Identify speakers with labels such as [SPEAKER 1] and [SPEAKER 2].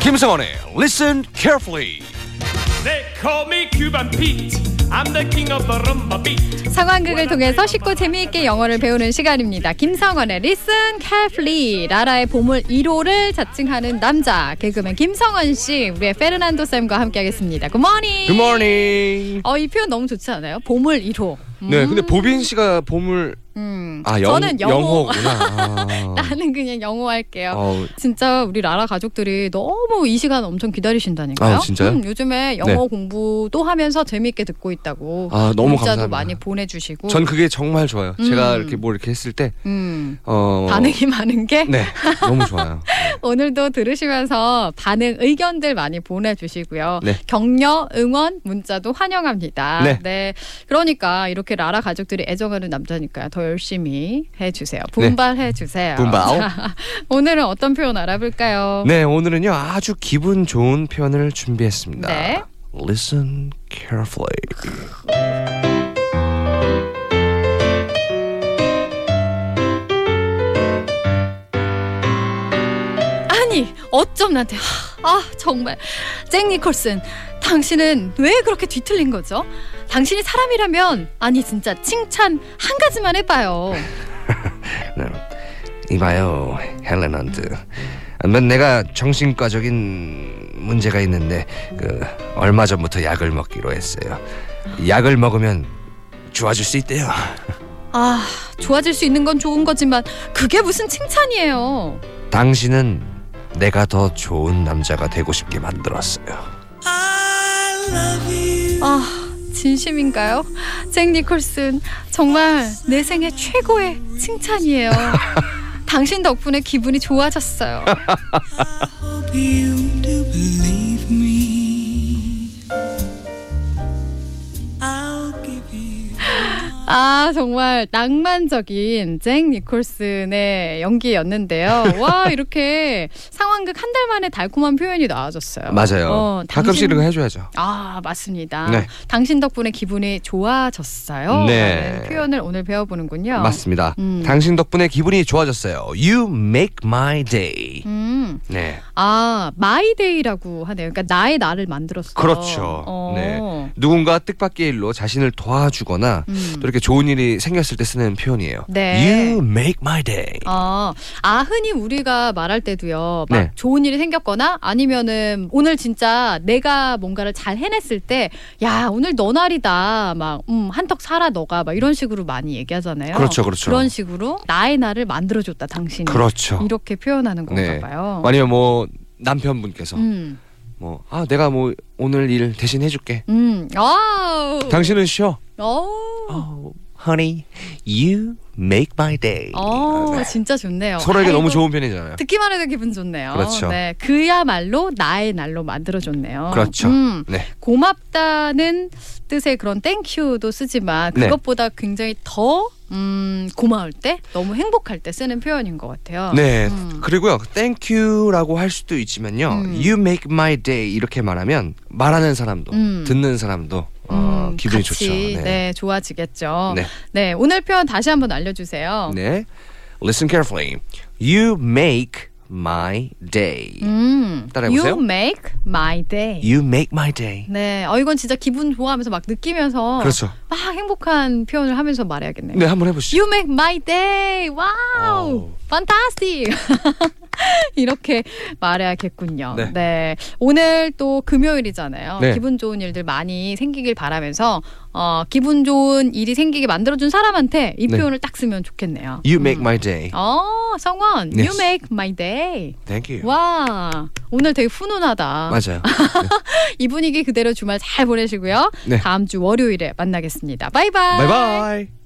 [SPEAKER 1] 김성원의 Listen Carefully.
[SPEAKER 2] They call me Cuban Pete. I'm the king of the rumba beat.
[SPEAKER 3] 상황극을 통해서 쉽고 재미있게 영어를 배우는 시간입니다. 김성원의 Listen Carefully 나라의 보물 1호를 자칭하는 남자 개그맨 김성원 씨 우리의 페르난도 쌤과 함께하겠습니다. 굿모닝.
[SPEAKER 4] Good morning.
[SPEAKER 3] 어이 표현 너무 좋지 않아요? 보물 1호. 음,
[SPEAKER 4] 네, 근데 보빈 씨가 보물
[SPEAKER 3] 음.
[SPEAKER 4] 아 영,
[SPEAKER 3] 저는 영호.
[SPEAKER 4] 영호구나. 아.
[SPEAKER 3] 나는 그냥 영호 할게요.
[SPEAKER 4] 어우,
[SPEAKER 3] 진짜 우리 라라 가족들이 너무 이 시간 엄청 기다리신다니까요.
[SPEAKER 4] 아, 진짜요?
[SPEAKER 3] 음, 요즘에 영어
[SPEAKER 4] 네.
[SPEAKER 3] 공부도 하면서 재미있게 듣고 있다고.
[SPEAKER 4] 아, 너무
[SPEAKER 3] 문자도
[SPEAKER 4] 감사합니다.
[SPEAKER 3] 많이 보내주시고.
[SPEAKER 4] 전 그게 정말 좋아요.
[SPEAKER 3] 음.
[SPEAKER 4] 제가 이렇게 뭘 이렇게 했을 때
[SPEAKER 3] 음,
[SPEAKER 4] 어,
[SPEAKER 3] 반응이 많은 게
[SPEAKER 4] 네, 너무 좋아요.
[SPEAKER 3] 오늘도 들으시면서 반응 의견들 많이 보내주시고요.
[SPEAKER 4] 네.
[SPEAKER 3] 격려 응원 문자도 환영합니다.
[SPEAKER 4] 네.
[SPEAKER 3] 그러니까 이렇게 라라 가족들이 애정하는 남자니까 더 열심히 해주세요. 분발해 주세요.
[SPEAKER 4] 네. 분발.
[SPEAKER 3] 오늘은 어떤 표현 알아볼까요?
[SPEAKER 4] 네, 오늘은요 아주 기분 좋은 표현을 준비했습니다.
[SPEAKER 3] 네.
[SPEAKER 4] Listen carefully.
[SPEAKER 3] 아니 어쩜 나한테 하, 아 정말 잭 니콜슨 당신은 왜 그렇게 뒤틀린 거죠? 당신이 사람이라면 아니 진짜 칭찬 한 가지만 해봐요.
[SPEAKER 4] 이봐요, 헬렌 헌트. 넌 내가 정신과적인 문제가 있는데 그 얼마 전부터 약을 먹기로 했어요. 약을 먹으면 좋아질 수 있대요.
[SPEAKER 3] 아 좋아질 수 있는 건 좋은 거지만 그게 무슨 칭찬이에요?
[SPEAKER 4] 당신은 내가 더 좋은 남자가 되고 싶게 만들었어요.
[SPEAKER 3] 아 진심인가요? 잭 니콜슨 정말 내 생애 최고의 칭찬이에요. 당신 덕분에 기분이 좋아졌어요. 아 정말 낭만적인 잭 니콜슨의 연기였는데요. 와 이렇게 상황극 한 달 만에 달콤한 표현이 나와줬어요.
[SPEAKER 4] 맞아요.
[SPEAKER 3] 어,
[SPEAKER 4] 가끔씩
[SPEAKER 3] 당신은
[SPEAKER 4] 이런 거 해줘야죠.
[SPEAKER 3] 아 맞습니다.
[SPEAKER 4] 네.
[SPEAKER 3] 당신 덕분에 기분이 좋아졌어요.
[SPEAKER 4] 네.
[SPEAKER 3] 라는 표현을 오늘 배워보는군요.
[SPEAKER 4] 맞습니다.
[SPEAKER 3] 음.
[SPEAKER 4] 당신 덕분에 기분이 좋아졌어요. You make my day.
[SPEAKER 3] 음,
[SPEAKER 4] 네.
[SPEAKER 3] 아 마이데이라고 하네요. 그러니까 나의 나를 만들었어.
[SPEAKER 4] 그렇죠.
[SPEAKER 3] 어.
[SPEAKER 4] 네. 누군가 뜻밖의 일로 자신을 도와주거나
[SPEAKER 3] 음.
[SPEAKER 4] 또 이렇게 좋은 일이 생겼을 때 쓰는 표현이에요.
[SPEAKER 3] 네.
[SPEAKER 4] You make my day.
[SPEAKER 3] 아, 아 흔히 우리가 말할 때도요. 막
[SPEAKER 4] 네.
[SPEAKER 3] 좋은 일이 생겼거나 아니면은 오늘 진짜 내가 뭔가를 잘 해냈을 때, 야 오늘 너 날이다. 막 음, 한턱 살아 너가 막 이런 식으로 많이 얘기하잖아요.
[SPEAKER 4] 그렇죠, 그렇죠.
[SPEAKER 3] 그런 식으로 나의 날을 만들어줬다 당신이.
[SPEAKER 4] 그렇죠.
[SPEAKER 3] 네. 이렇게 표현하는 건가
[SPEAKER 4] 네.
[SPEAKER 3] 봐요.
[SPEAKER 4] 아니면 뭐 남편분께서
[SPEAKER 3] 음,
[SPEAKER 4] 뭐 아 내가 뭐 오늘 일 대신 해줄게.
[SPEAKER 3] 음, 아우,
[SPEAKER 4] 당신은 쉬어.
[SPEAKER 3] 어,
[SPEAKER 4] Oh, honey, you make my day.
[SPEAKER 3] 어,
[SPEAKER 4] 네.
[SPEAKER 3] 진짜 좋네요.
[SPEAKER 4] 서로에게
[SPEAKER 3] 아이고,
[SPEAKER 4] 너무 좋은 편이잖아요.
[SPEAKER 3] 듣기만 해도 기분 좋네요.
[SPEAKER 4] 그렇죠.
[SPEAKER 3] 네, 그야말로 나의 날로 만들어줬네요.
[SPEAKER 4] 그렇죠.
[SPEAKER 3] 음,
[SPEAKER 4] 네.
[SPEAKER 3] 고맙다는 뜻의 그런 땡큐도 쓰지만
[SPEAKER 4] 네.
[SPEAKER 3] 그것보다 굉장히 더 음, 고마울 때, 너무 행복할 때 쓰는 표현인 것 같아요.
[SPEAKER 4] 네.
[SPEAKER 3] 음.
[SPEAKER 4] 그리고요. Thank you라고 할 수도 있지만요.
[SPEAKER 3] 음.
[SPEAKER 4] You make my day 이렇게 말하면 말하는 사람도
[SPEAKER 3] 음.
[SPEAKER 4] 듣는 사람도 어,
[SPEAKER 3] 음,
[SPEAKER 4] 기분이
[SPEAKER 3] 같이,
[SPEAKER 4] 좋죠.
[SPEAKER 3] 네. 좋아지겠죠.
[SPEAKER 4] 네.
[SPEAKER 3] 네, 오늘 표현 다시 한번 알려주세요.
[SPEAKER 4] 네. Listen carefully. You make my day.
[SPEAKER 3] 음,
[SPEAKER 4] 따라해보세요.
[SPEAKER 3] You make my day.
[SPEAKER 4] You make my day.
[SPEAKER 3] 네, 어 이건 진짜 기분 좋아하면서 막 느끼면서
[SPEAKER 4] 그렇죠.
[SPEAKER 3] 막 행복한 표현을 하면서 말해야겠네요.
[SPEAKER 4] 네, 한번 해 보시죠.
[SPEAKER 3] You make my day. 와우.
[SPEAKER 4] 와우.
[SPEAKER 3] fantastic. 이렇게 말해야겠군요.
[SPEAKER 4] 네.
[SPEAKER 3] 오늘 또 금요일이잖아요.
[SPEAKER 4] 네.
[SPEAKER 3] 기분 좋은 일들 많이 생기길 바라면서 어, 기분 좋은 일이 생기게 만들어 준 사람한테 이
[SPEAKER 4] 네.
[SPEAKER 3] 표현을 딱 쓰면 좋겠네요.
[SPEAKER 4] You make
[SPEAKER 3] 음.
[SPEAKER 4] my day.
[SPEAKER 3] 어, 성원. You
[SPEAKER 4] Yes.
[SPEAKER 3] make my day.
[SPEAKER 4] Thank you.
[SPEAKER 3] 와. 오늘 되게 훈훈하다.
[SPEAKER 4] 맞아요.
[SPEAKER 3] 이 분위기 그대로 주말 잘 보내시고요.
[SPEAKER 4] 네.
[SPEAKER 3] 다음 주 월요일에 만나겠습니다. 바이바이.
[SPEAKER 4] 바이바이.